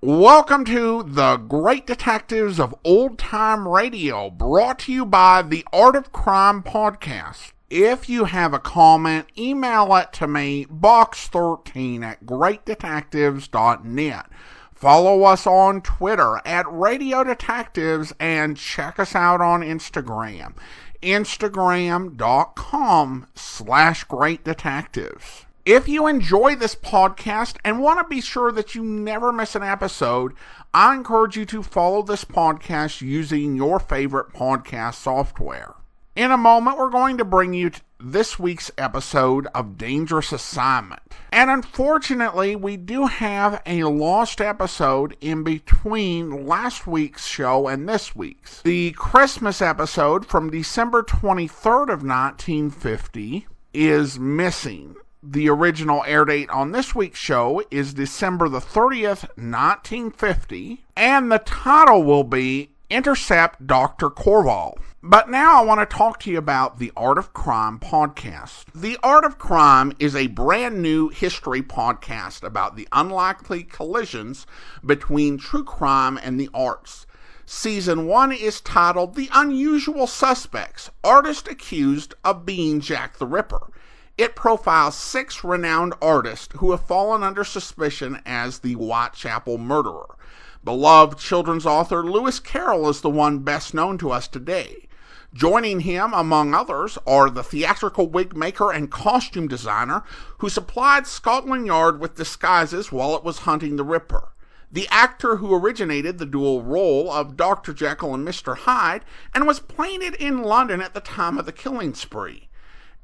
Welcome to the Great Detectives of Old Time Radio, brought to you by the Art of Crime podcast. If you have a comment, email it to me, box13 at greatdetectives.net. Follow us on Twitter at Radio Detectives and check us out on Instagram, instagram.com slash great detectives. If you enjoy this podcast and want to be sure that you never miss an episode, I encourage you to follow this podcast using your favorite podcast software. In a moment, we're going to bring you t- this week's episode of Dangerous Assignment. And unfortunately, we do have a lost episode in between last week's show and this week's. The Christmas episode from December 23rd of 1950 is missing. The original air date on this week's show is December the 30th, 1950, and the title will be Intercept Dr. Corval. But now I want to talk to you about the Art of Crime podcast. The Art of Crime is a brand new history podcast about the unlikely collisions between true crime and the arts. Season 1 is titled The Unusual Suspects Artist Accused of Being Jack the Ripper. It profiles six renowned artists who have fallen under suspicion as the Whitechapel murderer. Beloved children's author Lewis Carroll is the one best known to us today. Joining him, among others, are the theatrical wig maker and costume designer who supplied Scotland Yard with disguises while it was hunting the Ripper, the actor who originated the dual role of Dr. Jekyll and Mr. Hyde and was painted in London at the time of the killing spree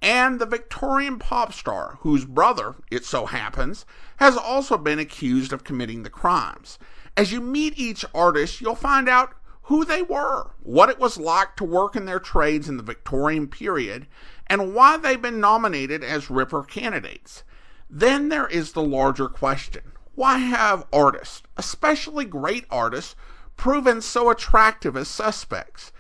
and the Victorian pop star, whose brother, it so happens, has also been accused of committing the crimes. As you meet each artist, you'll find out who they were, what it was like to work in their trades in the Victorian period, and why they've been nominated as Ripper candidates. Then there is the larger question why have artists, especially great artists, proven so attractive as suspects?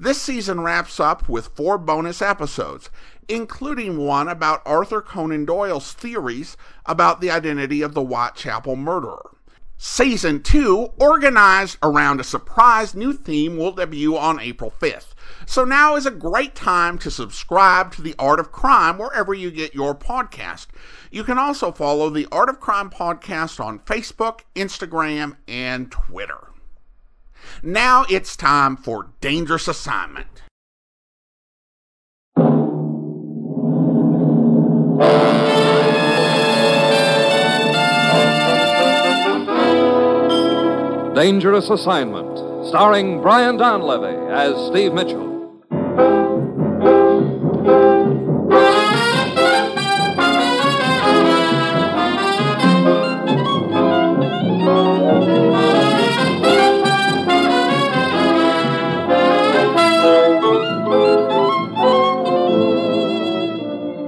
This season wraps up with four bonus episodes, including one about Arthur Conan Doyle's theories about the identity of the Whitechapel murderer. Season 2, organized around a surprise new theme, will debut on April 5th. So now is a great time to subscribe to The Art of Crime wherever you get your podcast. You can also follow The Art of Crime podcast on Facebook, Instagram, and Twitter. Now it's time for Dangerous Assignment. Dangerous Assignment, starring Brian Donlevy as Steve Mitchell.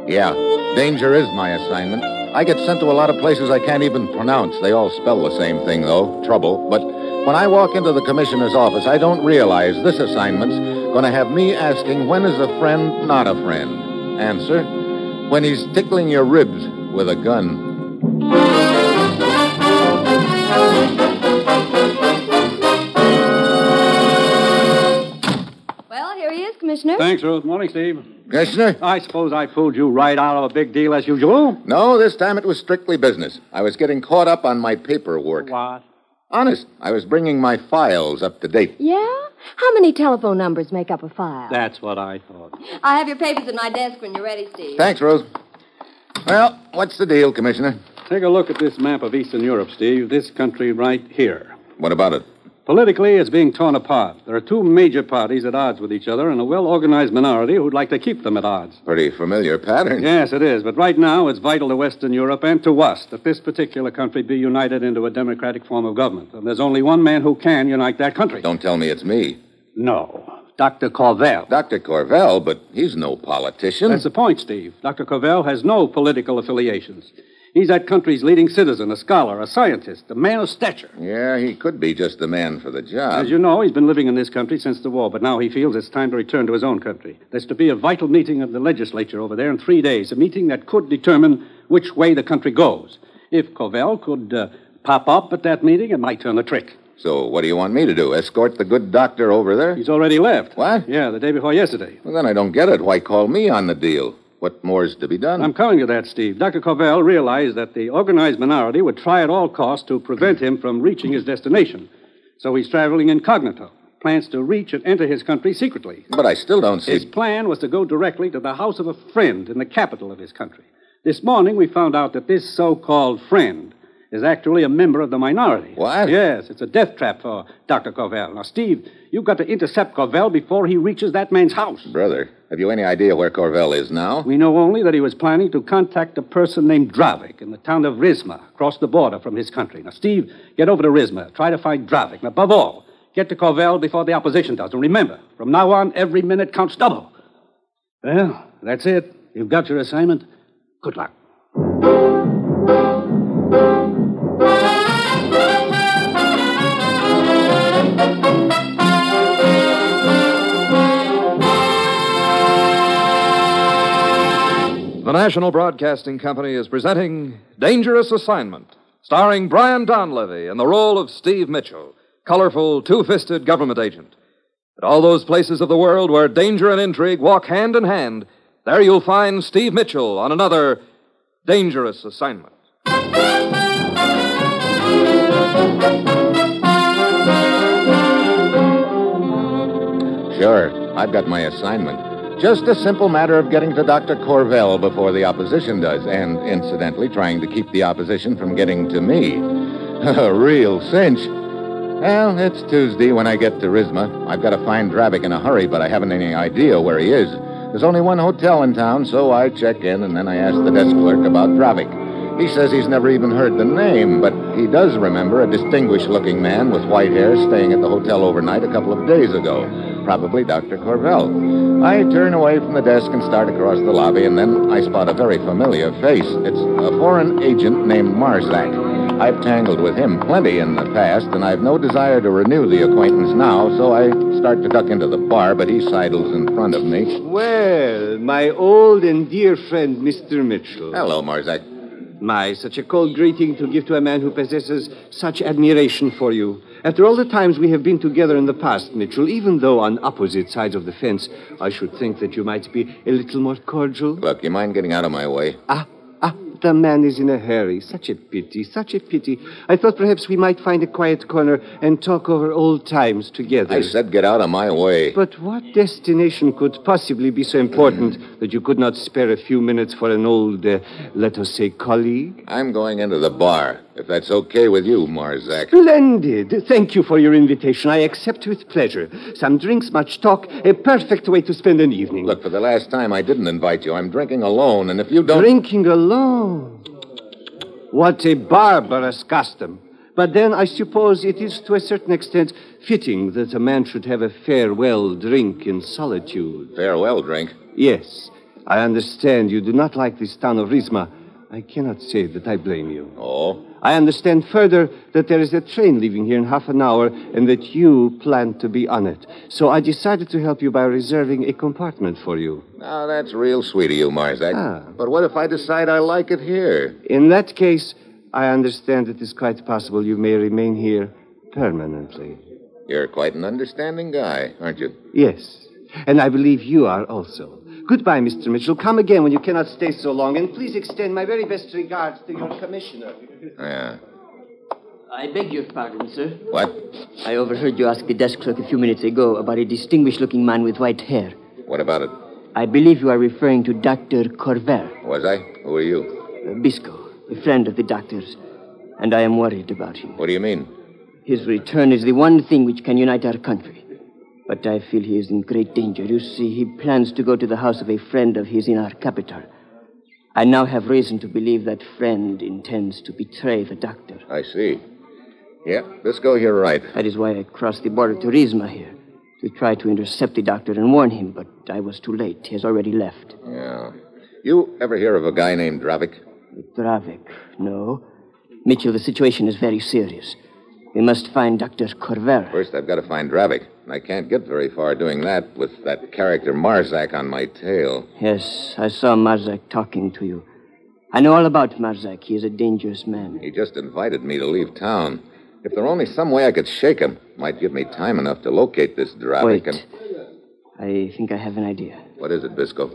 Yeah, danger is my assignment. I get sent to a lot of places I can't even pronounce. They all spell the same thing, though trouble. But when I walk into the commissioner's office, I don't realize this assignment's going to have me asking, when is a friend not a friend? Answer, when he's tickling your ribs with a gun. Well, here he is, Commissioner. Thanks, Ruth. Morning, Steve. Commissioner? I suppose I fooled you right out of a big deal as usual. No, this time it was strictly business. I was getting caught up on my paperwork. What? Honest, I was bringing my files up to date. Yeah? How many telephone numbers make up a file? That's what I thought. I have your papers at my desk when you're ready, Steve. Thanks, Rose. Well, what's the deal, Commissioner? Take a look at this map of Eastern Europe, Steve. This country right here. What about it? Politically, it's being torn apart. There are two major parties at odds with each other and a well organized minority who'd like to keep them at odds. Pretty familiar pattern. Yes, it is. But right now, it's vital to Western Europe and to us that this particular country be united into a democratic form of government. And there's only one man who can unite that country. Don't tell me it's me. No. Dr. Corvell. Dr. Corvell, but he's no politician. That's the point, Steve. Dr. Covell has no political affiliations. He's that country's leading citizen, a scholar, a scientist, a man of stature. Yeah, he could be just the man for the job. As you know, he's been living in this country since the war, but now he feels it's time to return to his own country. There's to be a vital meeting of the legislature over there in three days, a meeting that could determine which way the country goes. If Covell could uh, pop up at that meeting, it might turn the trick. So what do you want me to do? Escort the good doctor over there? He's already left. What? Yeah, the day before yesterday. Well, then I don't get it. Why call me on the deal? What more's to be done? I'm calling you that, Steve. Dr. Covell realized that the organized minority would try at all costs to prevent him from reaching his destination. So he's traveling incognito, plans to reach and enter his country secretly. But I still don't see. His plan was to go directly to the house of a friend in the capital of his country. This morning, we found out that this so called friend is actually a member of the minority. What? Yes, it's a death trap for Dr. Covell. Now, Steve, you've got to intercept Covell before he reaches that man's house. Brother, have you any idea where Corvell is now? We know only that he was planning to contact a person named Dravik in the town of Rizma, across the border from his country. Now, Steve, get over to Rizma. Try to find Dravik. And above all, get to Covell before the opposition does. And remember, from now on, every minute counts double. Well, that's it. You've got your assignment. Good luck. The National Broadcasting Company is presenting Dangerous Assignment, starring Brian Donlevy in the role of Steve Mitchell, colorful, two fisted government agent. At all those places of the world where danger and intrigue walk hand in hand, there you'll find Steve Mitchell on another Dangerous Assignment. Sure, I've got my assignment. Just a simple matter of getting to Dr. Corvell before the opposition does, and incidentally, trying to keep the opposition from getting to me. A real cinch. Well, it's Tuesday when I get to Rizma. I've got to find Dravik in a hurry, but I haven't any idea where he is. There's only one hotel in town, so I check in, and then I ask the desk clerk about Dravik. He says he's never even heard the name, but he does remember a distinguished looking man with white hair staying at the hotel overnight a couple of days ago. Probably Dr. Corvell. I turn away from the desk and start across the lobby, and then I spot a very familiar face. It's a foreign agent named Marzak. I've tangled with him plenty in the past, and I've no desire to renew the acquaintance now, so I start to duck into the bar, but he sidles in front of me. Well, my old and dear friend, Mr. Mitchell. Hello, Marzak. My, such a cold greeting to give to a man who possesses such admiration for you. After all the times we have been together in the past, Mitchell, even though on opposite sides of the fence, I should think that you might be a little more cordial. Look, you mind getting out of my way? Ah, ah, the man is in a hurry. Such a pity, such a pity. I thought perhaps we might find a quiet corner and talk over old times together. I said get out of my way. But what destination could possibly be so important that you could not spare a few minutes for an old, uh, let us say, colleague? I'm going into the bar, if that's okay with you, Marzak. Splendid. Thank you for your invitation. I accept with pleasure. Some drinks, much talk, a perfect way to spend an evening. Look, for the last time, I didn't invite you. I'm drinking alone, and if you don't. Drinking alone. What a barbarous custom. But then I suppose it is to a certain extent fitting that a man should have a farewell drink in solitude. Farewell, drink. Yes, I understand you do not like this town of Rizma. I cannot say that I blame you. Oh? I understand further that there is a train leaving here in half an hour and that you plan to be on it. So I decided to help you by reserving a compartment for you. Now, that's real sweet of you, Marzak. Ah. But what if I decide I like it here? In that case, I understand it is quite possible you may remain here permanently. You're quite an understanding guy, aren't you? Yes, and I believe you are also. Goodbye, Mr. Mitchell. Come again when you cannot stay so long, and please extend my very best regards to your commissioner. Yeah. I beg your pardon, sir. What? I overheard you ask the desk clerk a few minutes ago about a distinguished looking man with white hair. What about it? I believe you are referring to Dr. Corvell, Was I? Who are you? uh, Bisco, a friend of the doctor's, and I am worried about him. What do you mean? His return is the one thing which can unite our country. But I feel he is in great danger. You see, he plans to go to the house of a friend of his in our capital. I now have reason to believe that friend intends to betray the doctor. I see. Yeah, Bisco, you're right. That is why I crossed the border to Rizma here, to try to intercept the doctor and warn him, but I was too late. He has already left. Yeah. You ever hear of a guy named Dravik? Dravik, no. Mitchell, the situation is very serious. We must find Dr. Corvera. First, I've got to find Dravik. and I can't get very far doing that with that character Marzak on my tail. Yes, I saw Marzak talking to you. I know all about Marzak. He is a dangerous man. He just invited me to leave town. If there were only some way I could shake him, might give me time enough to locate this Dravik Wait. and. I think I have an idea. What is it, Bisco?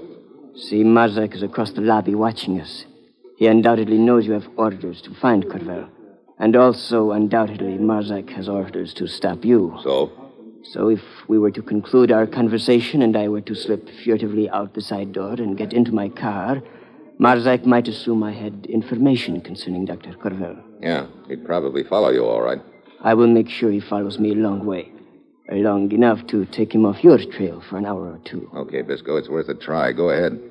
See, Marzak is across the lobby watching us. He undoubtedly knows you have orders to find Corvel. And also, undoubtedly, Marzak has orders to stop you. So? So, if we were to conclude our conversation and I were to slip furtively out the side door and get into my car, Marzak might assume I had information concerning Dr. Corvel. Yeah, he'd probably follow you, all right. I will make sure he follows me a long way. Long enough to take him off your trail for an hour or two. Okay, Bisco, it's worth a try. Go ahead.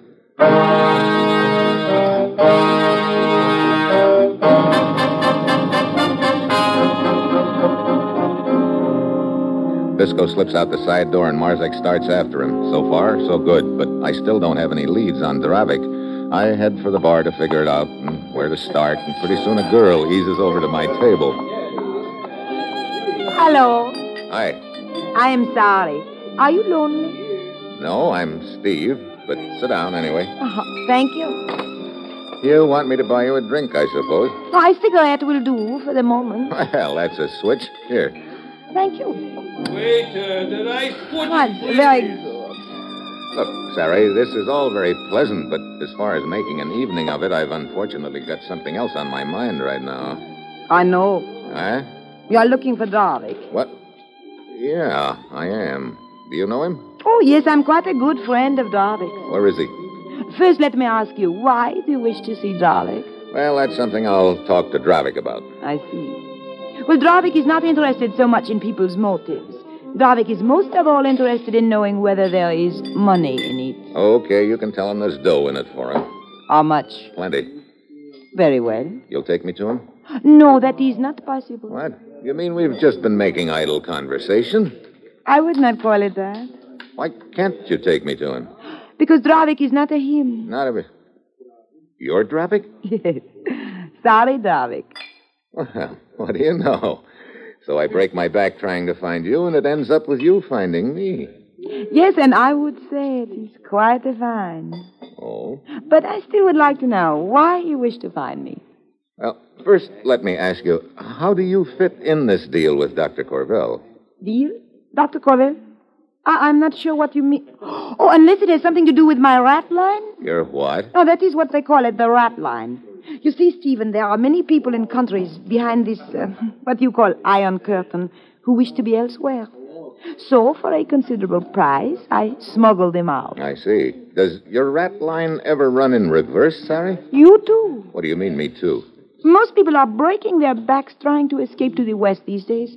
Bisco slips out the side door and Marzak starts after him. So far, so good, but I still don't have any leads on Dravik. I head for the bar to figure it out and where to start, and pretty soon a girl eases over to my table. Hello. Hi. I am sorry. Are you lonely? No, I'm Steve, but sit down anyway. Uh-huh. Thank you. You want me to buy you a drink, I suppose. My cigarette will do for the moment. Well, that's a switch. Here. Thank you. Waiter, the rice pudding. Well, very good. Look, Sari, this is all very pleasant, but as far as making an evening of it, I've unfortunately got something else on my mind right now. I know. Huh? You are looking for Darvik. What? Yeah, I am. Do you know him? Oh, yes, I'm quite a good friend of Darvik's. Where is he? First, let me ask you, why do you wish to see Darvik? Well, that's something I'll talk to Dravik about. I see. Well, Dravik is not interested so much in people's motives. Dravik is most of all interested in knowing whether there is money in it. Okay, you can tell him there's dough in it for him. How much? Plenty. Very well. You'll take me to him? No, that is not possible. What? You mean we've just been making idle conversation? I would not call it that. Why can't you take me to him? Because Dravik is not a him. Not if. You're Dravik? Yes. Sorry, Dravik. Well, what do you know? So I break my back trying to find you, and it ends up with you finding me. Yes, and I would say it is quite a find. Oh? But I still would like to know why you wish to find me. Well, first, let me ask you how do you fit in this deal with Dr. Corvell? Deal? Dr. Corville? I- I'm not sure what you mean. Oh, unless it has something to do with my rat line? You're what? No, Oh, that is what they call it, the rat line. You see, Stephen, there are many people in countries behind this, uh, what you call iron curtain, who wish to be elsewhere. So, for a considerable price, I smuggle them out. I see. Does your rat line ever run in reverse, Sari? You too. What do you mean, me too? Most people are breaking their backs trying to escape to the west these days.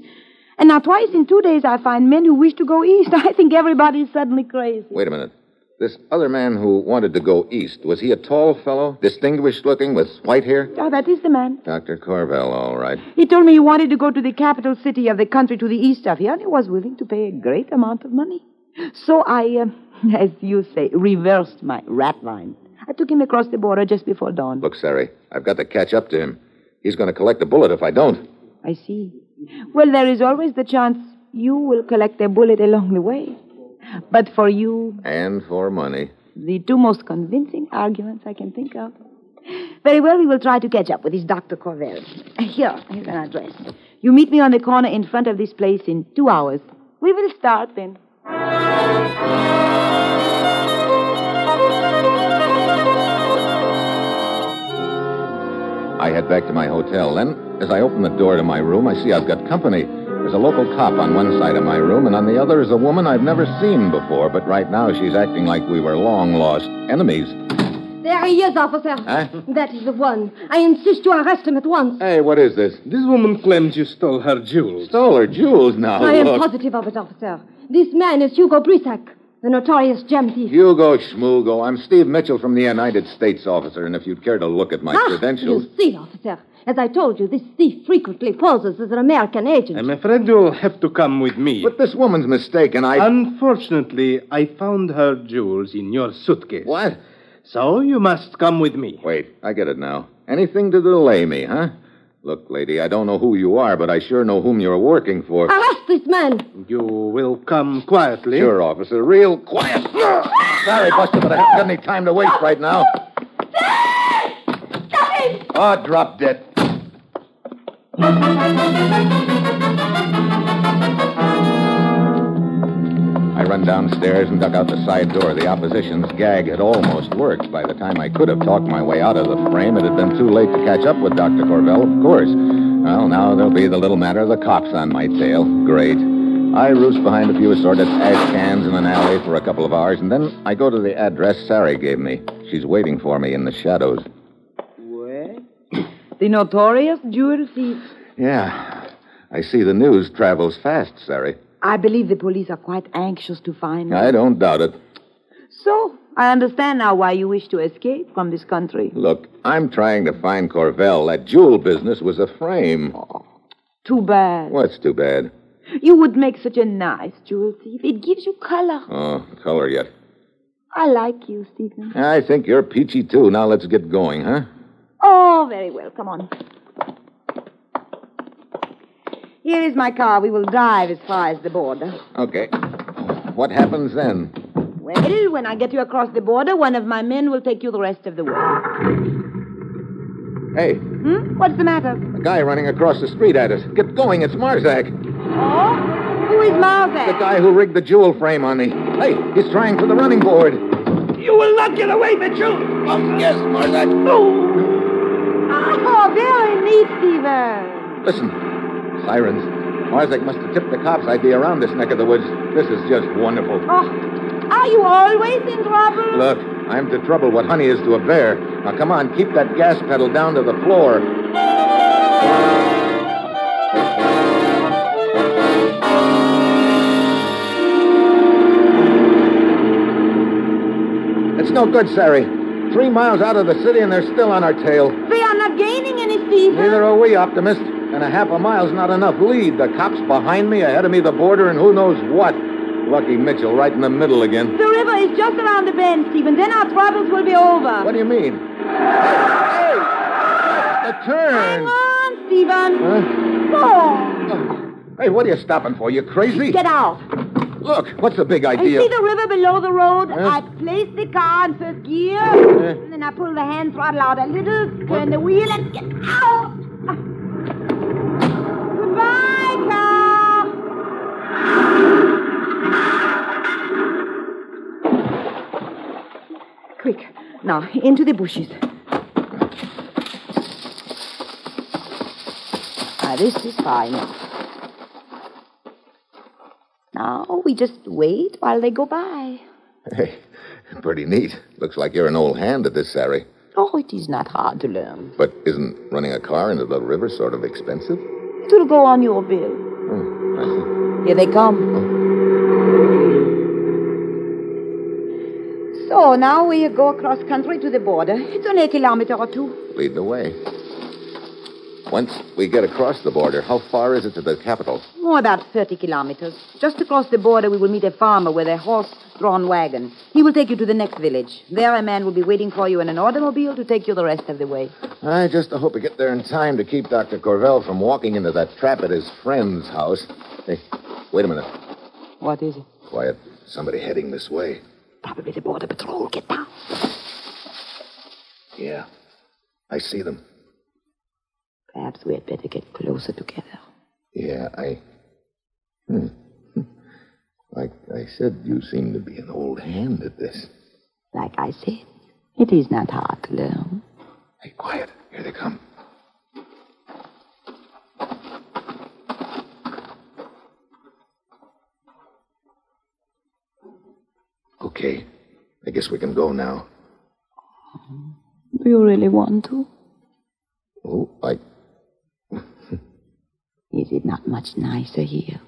And now, twice in two days, I find men who wish to go east. I think everybody is suddenly crazy. Wait a minute. This other man who wanted to go east, was he a tall fellow, distinguished looking, with white hair? Ah, that is the man. Dr. Corvell, all right. He told me he wanted to go to the capital city of the country to the east of here, and he was willing to pay a great amount of money. So I, uh, as you say, reversed my rat line. I took him across the border just before dawn. Look, Sari, I've got to catch up to him. He's going to collect a bullet if I don't. I see. Well, there is always the chance you will collect a bullet along the way. But for you, And for money. the two most convincing arguments I can think of. Very well, we will try to catch up with this Dr. Corvell. Here, here's an address. You meet me on the corner in front of this place in two hours. We will start then. I head back to my hotel. Then, as I open the door to my room, I see I've got company. There's a local cop on one side of my room, and on the other is a woman I've never seen before, but right now she's acting like we were long lost enemies. There he is, officer. Huh? That is the one. I insist you arrest him at once. Hey, what is this? This woman claims you stole her jewels. Stole her jewels now. I am look. positive of it, officer. This man is Hugo Brisak, the notorious gem thief. Hugo Schmugo, I'm Steve Mitchell from the United States, officer, and if you'd care to look at my Ah, credentials. You see, officer, as I told you, this thief frequently poses as an American agent. I'm afraid you'll have to come with me. But this woman's mistaken. I. Unfortunately, I found her jewels in your suitcase. what? So you must come with me. Wait, I get it now. Anything to delay me, huh? Look, lady, I don't know who you are, but I sure know whom you're working for. Arrest this man! You will come quietly. Sure, officer. Real quiet. Sorry, Buster, but I haven't got any time to waste right now. Ah, drop dead. I run downstairs and duck out the side door. The opposition's gag had almost worked. By the time I could have talked my way out of the frame, it had been too late to catch up with Dr. Corvell, of course. Well, now there'll be the little matter of the cops on my tail. Great. I roost behind a few assorted ash cans in an alley for a couple of hours, and then I go to the address Sari gave me. She's waiting for me in the shadows. Where? the notorious jewel thief. Yeah. I see the news travels fast, Sari. I believe the police are quite anxious to find I don't doubt it. So, I understand now why you wish to escape from this country. Look, I'm trying to find Corvell. That jewel business was a frame. Too bad. What's too bad? You would make such a nice jewel thief. It gives you color. Oh, color yet. I like you, Stephen. I think you're peachy, too. Now let's get going, huh? Oh, very well. Come on. Here is my car. We will drive as far as the border. Okay. What happens then? Well, when I get you across the border, one of my men will take you the rest of the way. Hey, Hmm? What's the matter? a guy running across the street at us. Get going, it's Marzak. Oh, Who is Marvin? The guy who rigged the jewel frame on me. Hey, he's trying for the running board. You will not get away, Mitchell! Oh, yes, Marzak. Oh, very neat, Stephen. Listen, sirens. Marzak must have tipped the cops I'd be around this neck of the woods. This is just wonderful. Oh, are you always in trouble? Look, I'm to trouble what honey is to a bear. Now, come on, keep that gas pedal down to the floor. It's no good, Sari. Three miles out of the city, and they're still on our tail. They are not gaining any, Stephen. Neither are we, optimist. And a half a mile's not enough lead. The cops behind me, ahead of me, the border, and who knows what. Lucky Mitchell, right in the middle again. The river is just around the bend, Stephen. Then our troubles will be over. What do you mean? Hey! The Hang turn! on, Stephen. Huh? Oh, Hey, what are you stopping for? You crazy? get out. Look, what's the big And idea? see the river below the road? Huh? I place the car in first gear, and then I pull the hand throttle out a little, turn the wheel, and get out. Goodbye, car. Quick, now into the bushes. Ah, this is fine. Now we just wait while they go by. Hey, pretty neat. Looks like you're an old hand at this, Sari. Oh, it is not hard to learn. But isn't running a car into the river sort of expensive? It will go on your bill. Hmm, I see. Here they come. So now we go across country to the border. It's only a kilometer or two. Lead the way. Once we get across the border, how far is it to the capital? Oh, about 30 kilometers. Just across the border, we will meet a farmer with a horse drawn wagon. He will take you to the next village. There, a man will be waiting for you in an automobile to take you the rest of the way. I just hope I get there in time to keep Dr. Corvell from walking into that trap at his friend's house. Hey, wait a minute. What is it? Quiet. Somebody heading this way. Probably the border patrol. Get down. Yeah. I see them. Perhaps we had better get closer together. Yeah, I. Hmm. Like I said, you seem to be an old hand at this. Like I said, it is not hard to learn. Hey, quiet. Here they come. Okay. I guess we can go now. Do you really want to? Oh, I. Is it not much nicer here?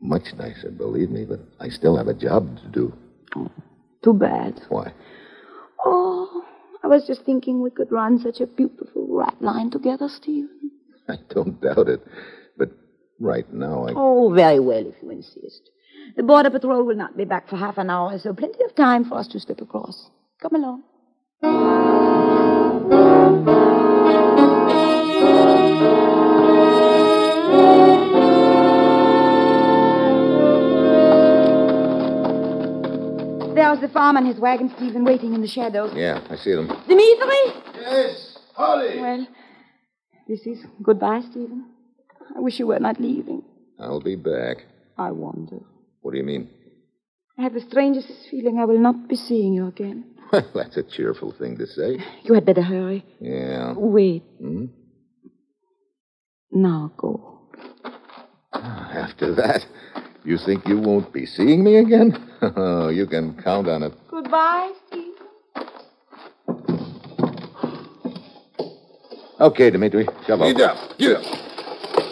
Much nicer, believe me, but I still have a job to do. Too bad. Why? Oh, I was just thinking we could run such a beautiful right line together, Stephen. I don't doubt it. But right now, I. Oh, very well, if you insist. The border patrol will not be back for half an hour, so plenty of time for us to slip across. Come along. There's the farm and his wagon, Stephen, waiting in the shadows. Yeah, I see them. Dimitri? Yes, Holly. Well, This is goodbye, Stephen. I wish you were not leaving. I'll be back. I wonder. What do you mean? I have the strangest feeling I will not be seeing you again. Well, that's a cheerful thing to say. You had better hurry. Yeah. Wait. Hmm? Now go. After that, you think you won't be seeing me again? Oh, you can count on it. Goodbye, Stephen. Okay, Dimitri, shove up. Get up. Get up.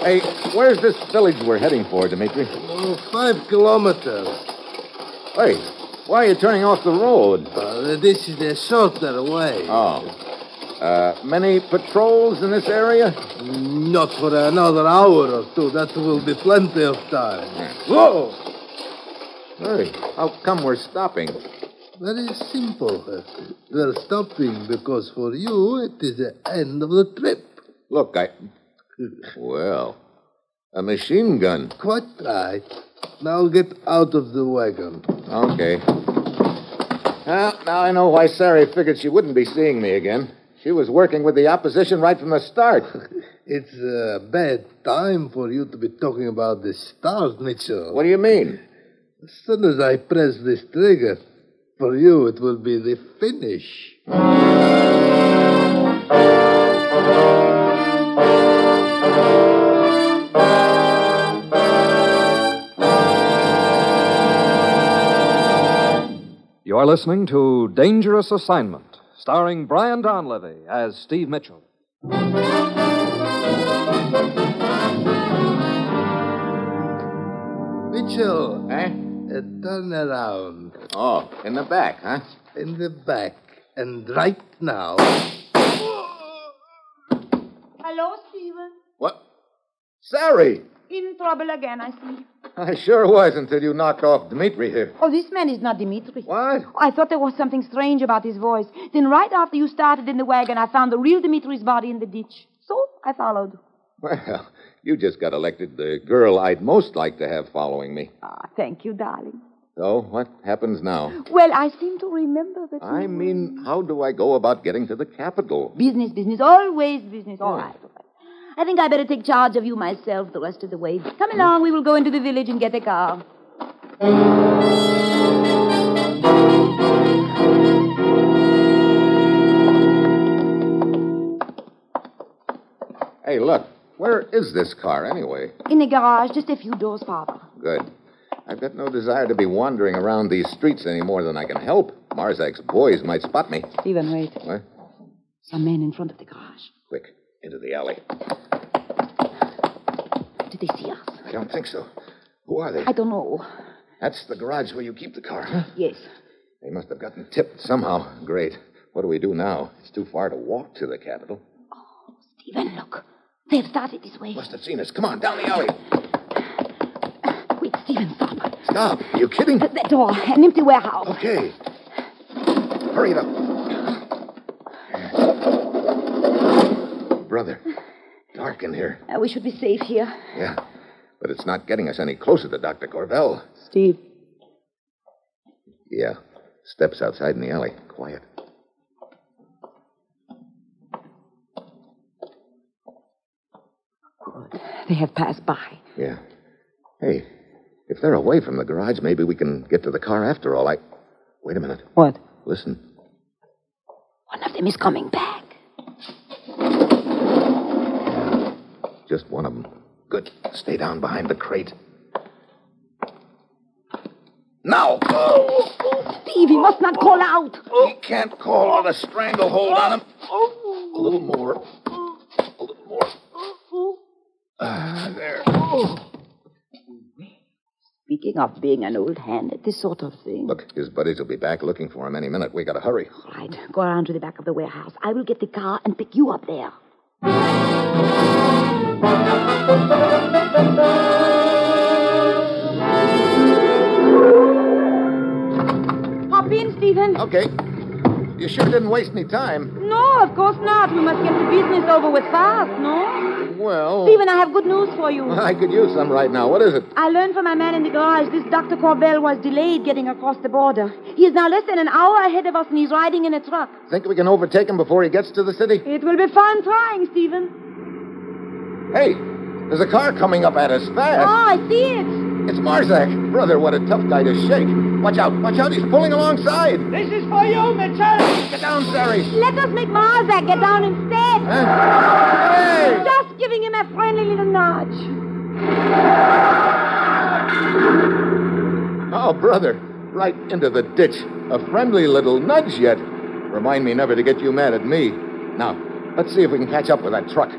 Hey, where's this village we're heading for, Dimitri? Oh, five kilometers. Hey, why are you turning off the road? Uh, this is the shorter way. Ah. Oh. Uh, many patrols in this area? Not for another hour or two. That will be plenty of time. Whoa! Hey, how come we're stopping? Very simple. We're stopping because for you it is the end of the trip. Look, I. Well, a machine gun. Quite right. Now get out of the wagon. Okay. Well, now I know why Sari figured she wouldn't be seeing me again. She was working with the opposition right from the start. It's a bad time for you to be talking about the stars, Mitchell. What do you mean? As soon as I press this trigger, for you it will be the finish. You're listening to Dangerous Assignment, starring Brian Donlevy as Steve Mitchell. Mitchell, Eh? uh, turn around. Oh, in the back, huh? In the back. And right now. Hello, Stephen. What? Sari! In trouble again, I see. I sure was until you knocked off Dimitri here. Oh, this man is not Dimitri. What? Oh, I thought there was something strange about his voice. Then, right after you started in the wagon, I found the real Dimitri's body in the ditch. So I followed. Well, you just got elected the girl I'd most like to have following me. Ah, thank you, darling. So, what happens now? Well, I seem to remember that. I you- mean, how do I go about getting to the capital? Business, business, always business. All right, all right. I think I better take charge of you myself the rest of the way. Come along, we will go into the village and get a car. Hey, look, where is this car anyway? In the garage, just a few doors farther. Good. I've got no desire to be wandering around these streets any more than I can help. Marzak's boys might spot me. Stephen, wait. What? Some men in front of the garage. Quick, into the alley. Did they see us? I don't think so. Who are they? I don't know. That's the garage where you keep the car, huh? Yes. They must have gotten tipped somehow. Great. What do we do now? It's too far to walk to the capital. Stephen, look. They have started this way. Must have seen us. Come on, down the alley. Wait, Stephen, stop. Stop. Are you kidding? At that door, an empty warehouse. Okay. Hurry it up. Brother, dark in here. Uh, we should be safe here. Yeah, but it's not getting us any closer to Dr. Corvell. Steve. Yeah, steps outside in the alley. Quiet. They have passed by. Yeah. Hey, if they're away from the garage, maybe we can get to the car after all. I. Wait a minute. What? Listen. One of them is coming back. Just one of them. Good. Stay down behind the crate. Now! Oh! Steve, he must not call out. He can't call on a stranglehold on him. A little more. A little more. Ah, there. Speaking of being an old hand at this sort of thing. Look, his buddies will be back looking for him any minute. We gotta hurry. All right, go around to the back of the warehouse. I will get the car and pick you up there. Hop in, Stephen. Okay. You sure didn't waste any time. No, of course not. We must get the business over with fast, no? Well, Stephen, I have good news for you. I could use some right now. What is it? I learned from my man in the garage this Dr. Corbell was delayed getting across the border. He is now less than an hour ahead of us and he's riding in a truck. Think we can overtake him before he gets to the city? It will be fun trying, Stephen. Hey, there's a car coming up at us fast. Oh, I see it. It's Marzak. Brother, what a tough guy to shake. Watch out, watch out, he's pulling alongside. This is for you, Mitchell. Get down, Sari. Let us make Marzak get down instead. Hey! Just giving him a friendly little nudge. Oh, brother, right into the ditch. A friendly little nudge yet. Remind me never to get you mad at me. Now, let's see if we can catch up with that truck.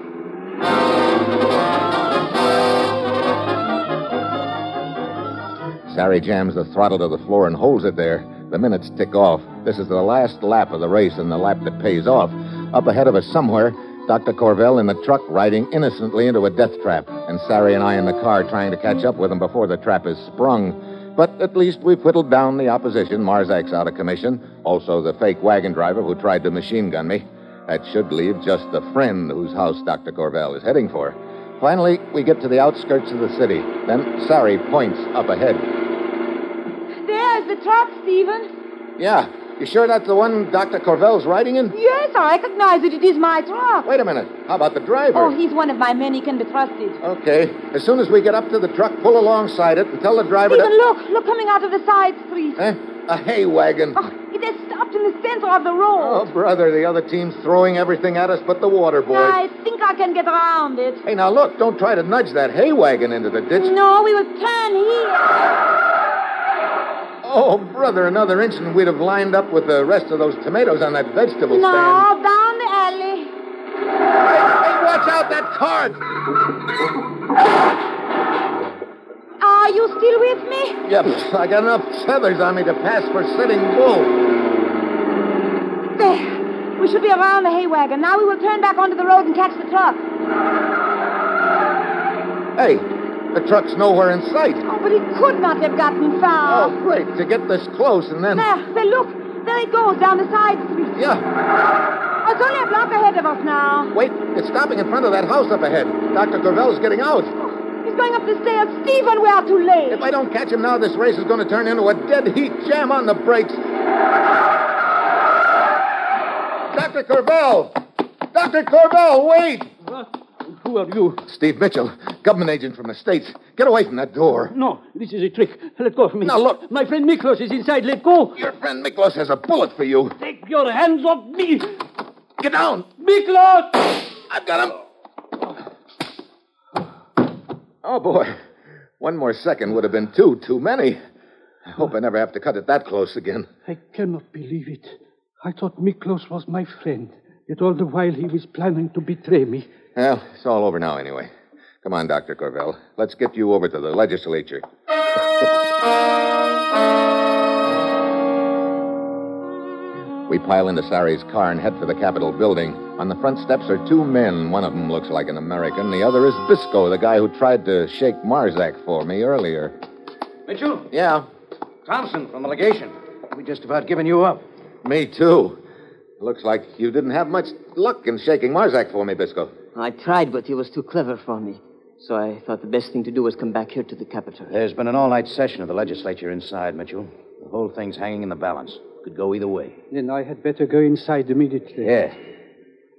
Sari jams the throttle to the floor and holds it there. The minutes tick off. This is the last lap of the race and the lap that pays off. Up ahead of us somewhere, Dr. Corvell in the truck riding innocently into a death trap, and Sari and I in the car trying to catch up with him before the trap is sprung. But at least we've whittled down the opposition. Marzak's out of commission. Also, the fake wagon driver who tried to machine gun me. That should leave just the friend whose house Dr. Corvell is heading for. Finally, we get to the outskirts of the city. Then Sari points up ahead. There's the truck, Stephen. Yeah. You sure that's the one Dr. Corvell's riding in? Yes, I recognize it. It is my truck. Wait a minute. How about the driver? Oh, he's one of my men. He can be trusted. Okay. As soon as we get up to the truck, pull alongside it and tell the driver Stephen, to. look. Look coming out of the side street. Eh? A hay wagon. Oh, it has stopped in the center of the road. Oh, brother, the other team's throwing everything at us but the water boy. I think I can get around it. Hey, now look, don't try to nudge that hay wagon into the ditch. No, we will turn here. Oh, brother, another inch and we'd have lined up with the rest of those tomatoes on that vegetable No, stand. down the alley. Hey, watch out, that car! Are you still with me? Yep, I got enough feathers on me to pass for sitting bull. There. We should be around the hay wagon. Now we will turn back onto the road and catch the truck. Hey, the truck's nowhere in sight. Oh, but it could not have gotten far. Oh, great, to get this close and then. There, there, look. There it goes down the side street. Yeah, Oh, it's only a block ahead of us now. wait, it's stopping in front of that house up ahead. Dr. Gravel's getting out. He's going up the stairs. Stephen, we are too late. If I don't catch him now, this race is going to turn into a dead heat. Jam on the brakes. Dr. Corbell! Dr. Corbell, wait! Who are you? Steve Mitchell, government agent from the States. Get away from that door. No, this is a trick. Let go of me. Now, look. My friend Miklos is inside. Let go. Your friend Miklos has a bullet for you. Take your hands off me. Get down! Miklos! I've got him! Oh, boy. One more second would have been two too many. I hope I never have to cut it that close again. I cannot believe it. I thought Miklos was my friend. Yet all the while he was planning to betray me. Well, it's all over now anyway. Come on, Dr. Corvell. Let's get you over to the legislature. we pile into Sari's car and head for the Capitol building. On the front steps are two men. One of them looks like an American. The other is Bisco, the guy who tried to shake Marzak for me earlier. Mitchell, Yeah, Thompson from the legation. We just about given you up. me too. Looks like you didn't have much luck in shaking Marzak for me, Bisco. I tried, but he was too clever for me. So I thought the best thing to do was come back here to the capital. There's been an all night session of the legislature inside, Mitchell. The whole thing's hanging in the balance. Could go either way. Then I had better go inside immediately. Yeah.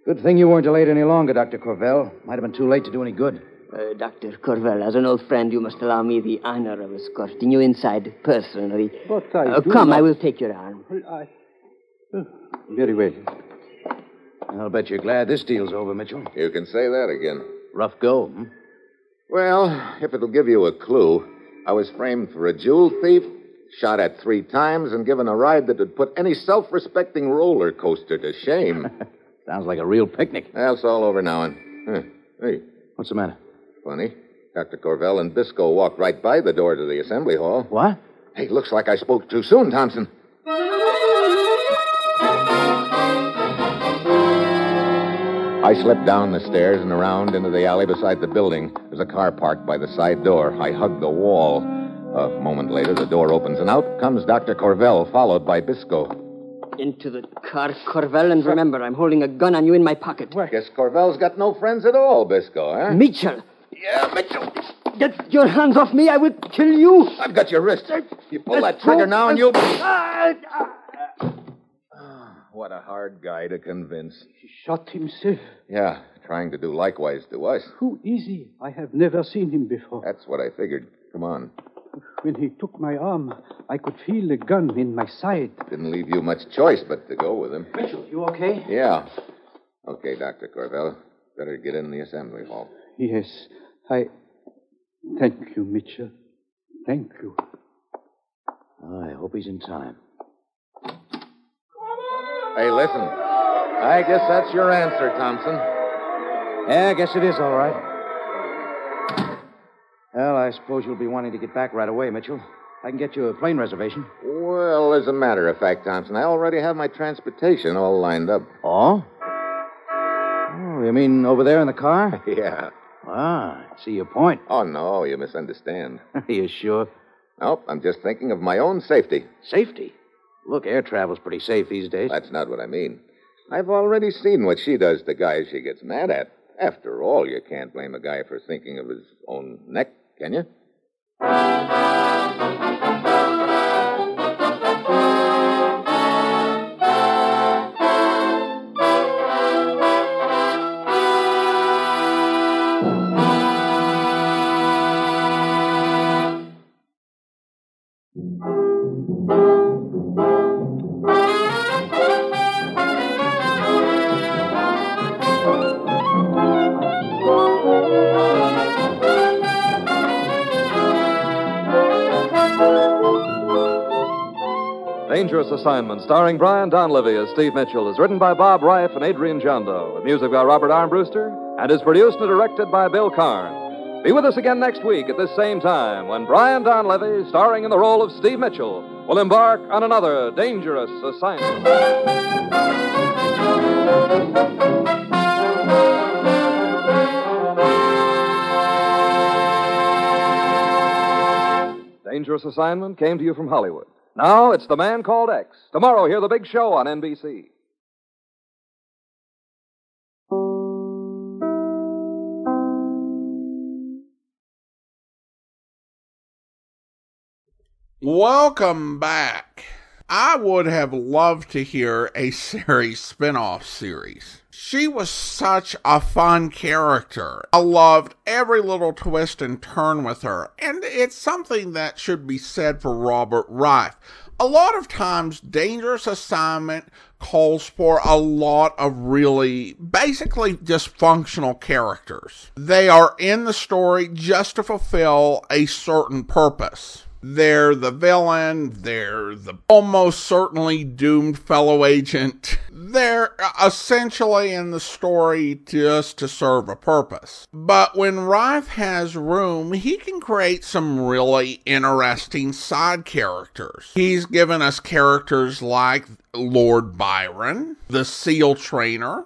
Good thing you weren't delayed any longer, Dr. Corvell. Might have been too late to do any good. Uh, Dr. Corvell, as an old friend, you must allow me the honor of escorting you inside personally. But I Uh, do come, not- I will take your arm. I... Very well. I'll bet you're glad this deal's over, Mitchell. You can say that again. Rough go, hmm? Well, if it'll give you a clue, I was framed for a jewel thief, shot at three times, and given a ride that would put any self respecting roller coaster to shame. Sounds like a real picnic. That's all over now. And, huh, hey, What's the matter? funny. Dr. Corvell and Bisco walked right by the door to the assembly hall. What? Hey, looks like I spoke too soon, Thompson. I slipped down the stairs and around into the alley beside the building. There's a car parked by the side door. I hugged the wall. A moment later, the door opens, and out comes Dr. Corvell, followed by Bisco. Into the car, Corvell, and remember, I'm holding a gun on you in my pocket. Guess Corvell's got no friends at all, Bisco, huh? Mitchell, Yeah, Mitchell. get your hands off me. I will kill you. I've got your wrist. You pull that Let's trigger go. now, and you'll. Ah, ah. What a hard guy to convince. Shot himself. Yeah, trying to do likewise to us. Who is he? I have never seen him before. That's what I figured. Come on. When he took my arm, I could feel the gun in my side. Didn't leave you much choice but to go with him. Mitchell, you okay? Yeah. Okay, Dr. Corbell. Better get in the assembly hall. Yes. I. Thank you, Mitchell. Thank you. Oh, I hope he's in time. Hey, listen. I guess that's your answer, Thompson. Yeah, I guess it is all right. Well, I suppose you'll be wanting to get back right away, Mitchell. I can get you a plane reservation. Well, as a matter of fact, Thompson, I already have my transportation all lined up. Oh? Oh, you mean over there in the car? Yeah. Ah, I see your point. Oh, no, you misunderstand. you sure? Nope, I'm just thinking of my own safety. Safety? Look, air travel's pretty safe these days. That's not what I mean. I've already seen what she does to guys she gets mad at. After all, you can't blame a guy for thinking of his own neck, can you? Dangerous Assignment, starring Brian Donlevy as Steve Mitchell, is written by Bob Reif and Adrian Jondo, with music by Robert Armbruster, and is produced and directed by Bill Karn. Be with us again next week at this same time when Brian Donlevy, starring in the role of Steve Mitchell, will embark on another dangerous assignment. Dangerous Assignment came to you from Hollywood. Now it's The Man Called X. Tomorrow, hear the big show on NBC. Welcome back. I would have loved to hear a series spin-off series. She was such a fun character. I loved every little twist and turn with her, and it's something that should be said for Robert Reif. A lot of times dangerous assignment calls for a lot of really basically dysfunctional characters. They are in the story just to fulfill a certain purpose they're the villain, they're the almost certainly doomed fellow agent. They're uh, essentially in the story just to serve a purpose. But when Rife has room, he can create some really interesting side characters. He's given us characters like Lord Byron, the SEAL trainer,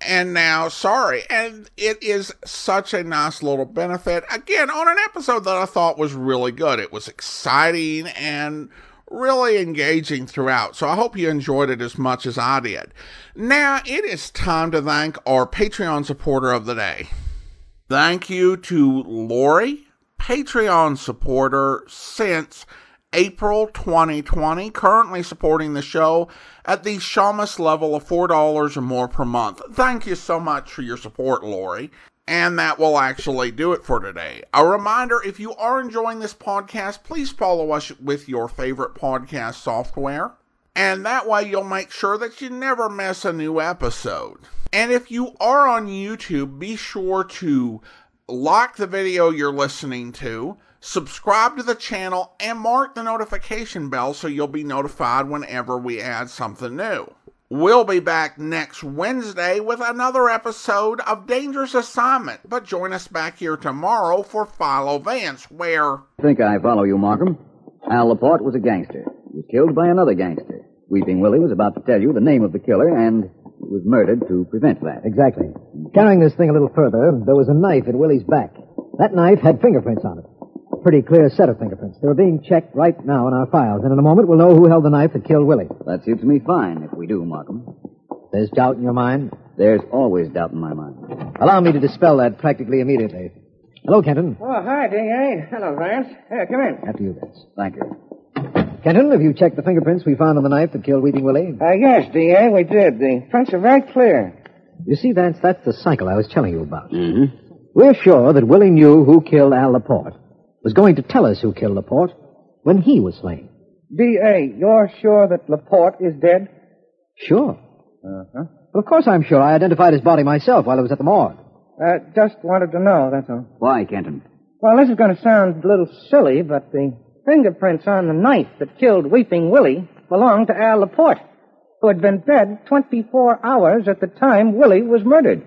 and now sorry and it is such a nice little benefit again on an episode that i thought was really good it was exciting and really engaging throughout so i hope you enjoyed it as much as i did now it is time to thank our patreon supporter of the day thank you to lori patreon supporter since April 2020, currently supporting the show at the Shamus level of $4 or more per month. Thank you so much for your support, Lori. And that will actually do it for today. A reminder if you are enjoying this podcast, please follow us with your favorite podcast software. And that way you'll make sure that you never miss a new episode. And if you are on YouTube, be sure to like the video you're listening to subscribe to the channel, and mark the notification bell so you'll be notified whenever we add something new. We'll be back next Wednesday with another episode of Dangerous Assignment, but join us back here tomorrow for Philo Vance, where. I think I follow you, Markham. Al Laporte was a gangster. He was killed by another gangster. Weeping Willie was about to tell you the name of the killer and was murdered to prevent that. Exactly. Carrying this thing a little further, there was a knife at Willie's back. That knife had fingerprints on it pretty clear set of fingerprints. They were being checked right now in our files, and in a moment we'll know who held the knife that killed Willie. That suits me fine if we do, Markham. There's doubt in your mind? There's always doubt in my mind. Allow me to dispel that practically immediately. Hello, Kenton. Oh, hi, Dingay. Hello, Vance. Here, come in. After you, Vince. Thank you. Kenton, have you checked the fingerprints we found on the knife that killed Weeping Willie? Uh, yes, Dingay, we did. The prints are very clear. You see, Vance, that's the cycle I was telling you about. Mm-hmm. We're sure that Willie knew who killed Al Laporte, was going to tell us who killed Laporte when he was slain. D.A., you're sure that Laporte is dead? Sure. Uh-huh. Well, of course I'm sure. I identified his body myself while I was at the morgue. Uh, just wanted to know, that's all. Why, Kenton? Well, this is going to sound a little silly, but the fingerprints on the knife that killed Weeping Willie belonged to Al Laporte, who had been dead 24 hours at the time Willie was murdered.